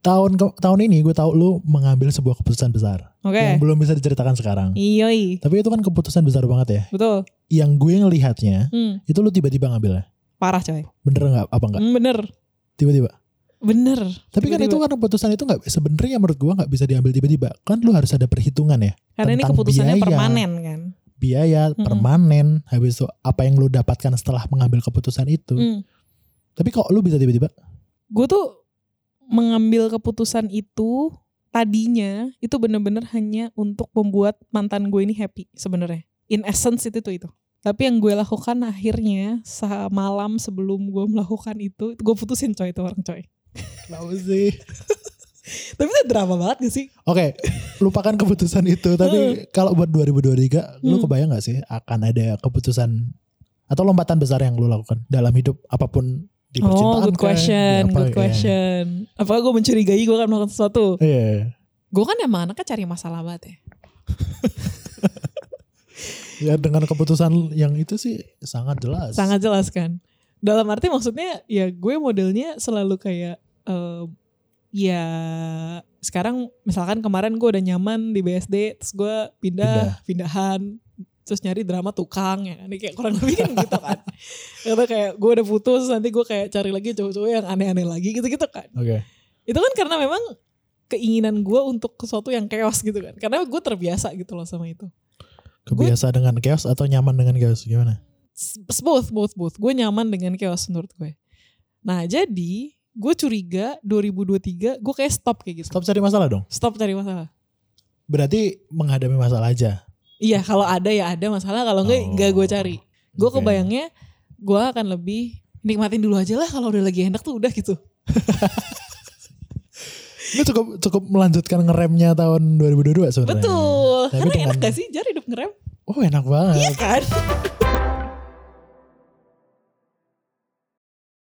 tahun ke- tahun ini gue tahu lu mengambil sebuah keputusan besar Oke. yang belum bisa diceritakan sekarang. Iyoi. Tapi itu kan keputusan besar banget ya. Betul. Yang gue ngelihatnya Hmm, itu lu tiba-tiba ngambilnya. parah coy. Bener nggak? Apa nggak? Hmm, bener. Tiba-tiba. Bener. Tapi kan itu Tiba-tiba. kan keputusan itu nggak sebenarnya menurut gue nggak bisa diambil tiba-tiba. Kan lu harus ada perhitungan ya. Karena ini tentang keputusannya biaya. permanen kan. Biaya Mm-mm. permanen. Habis itu apa yang lu dapatkan setelah mengambil keputusan itu. Hmm. Tapi kok lu bisa tiba-tiba? Gue tuh mengambil keputusan itu tadinya itu bener-bener hanya untuk membuat mantan gue ini happy sebenarnya. In essence itu tuh itu. Tapi yang gue lakukan akhirnya semalam sebelum gue melakukan itu, gue putusin coy itu orang coy. Kenapa sih? Tapi itu drama banget gak sih? Oke, lupakan keputusan itu. Tapi kalau buat 2023, lu Hmm. kebayang gak sih akan ada keputusan atau lompatan besar yang lu lakukan dalam hidup apapun di percintaan? Oh, kah, di good question, apa, good ya. question. Apakah gue mencurigai gue akan melakukan sesuatu? Iya. Gue kan emang anaknya cari masalah banget ya. Ya dengan keputusan yang itu sih sangat jelas. Sangat jelas kan. Dalam arti maksudnya ya gue modelnya selalu kayak eh, ya sekarang misalkan kemarin gue udah nyaman di BSD terus gue pindah, pindahan terus nyari drama tukang ya kan Ini kayak kurang lebih kan gitu kan atau kayak gue udah putus nanti gue kayak cari lagi cowok-cowok yang aneh-aneh lagi gitu-gitu kan Oke. itu kan karena memang keinginan gue untuk sesuatu yang chaos gitu kan karena gue terbiasa gitu loh sama itu Kebiasa dengan chaos atau nyaman dengan chaos gimana? S- both both both gue nyaman dengan chaos menurut gue nah jadi gue curiga 2023 gue kayak stop kayak gitu Stop cari masalah dong. stop cari masalah Berarti menghadapi masalah aja. iya kalau ada ya ada masalah kalau enggak Oh. enggak gue cari gue Oke. kebayangnya gue akan lebih nikmatin dulu aja lah kalau udah lagi enak tuh udah gitu Lu cukup cukup melanjutkan ngeremnya tahun 2022 sebenarnya. betul Tapi karena dengan- enak gak sih jar hidup ngerem Oh enak banget. iya kan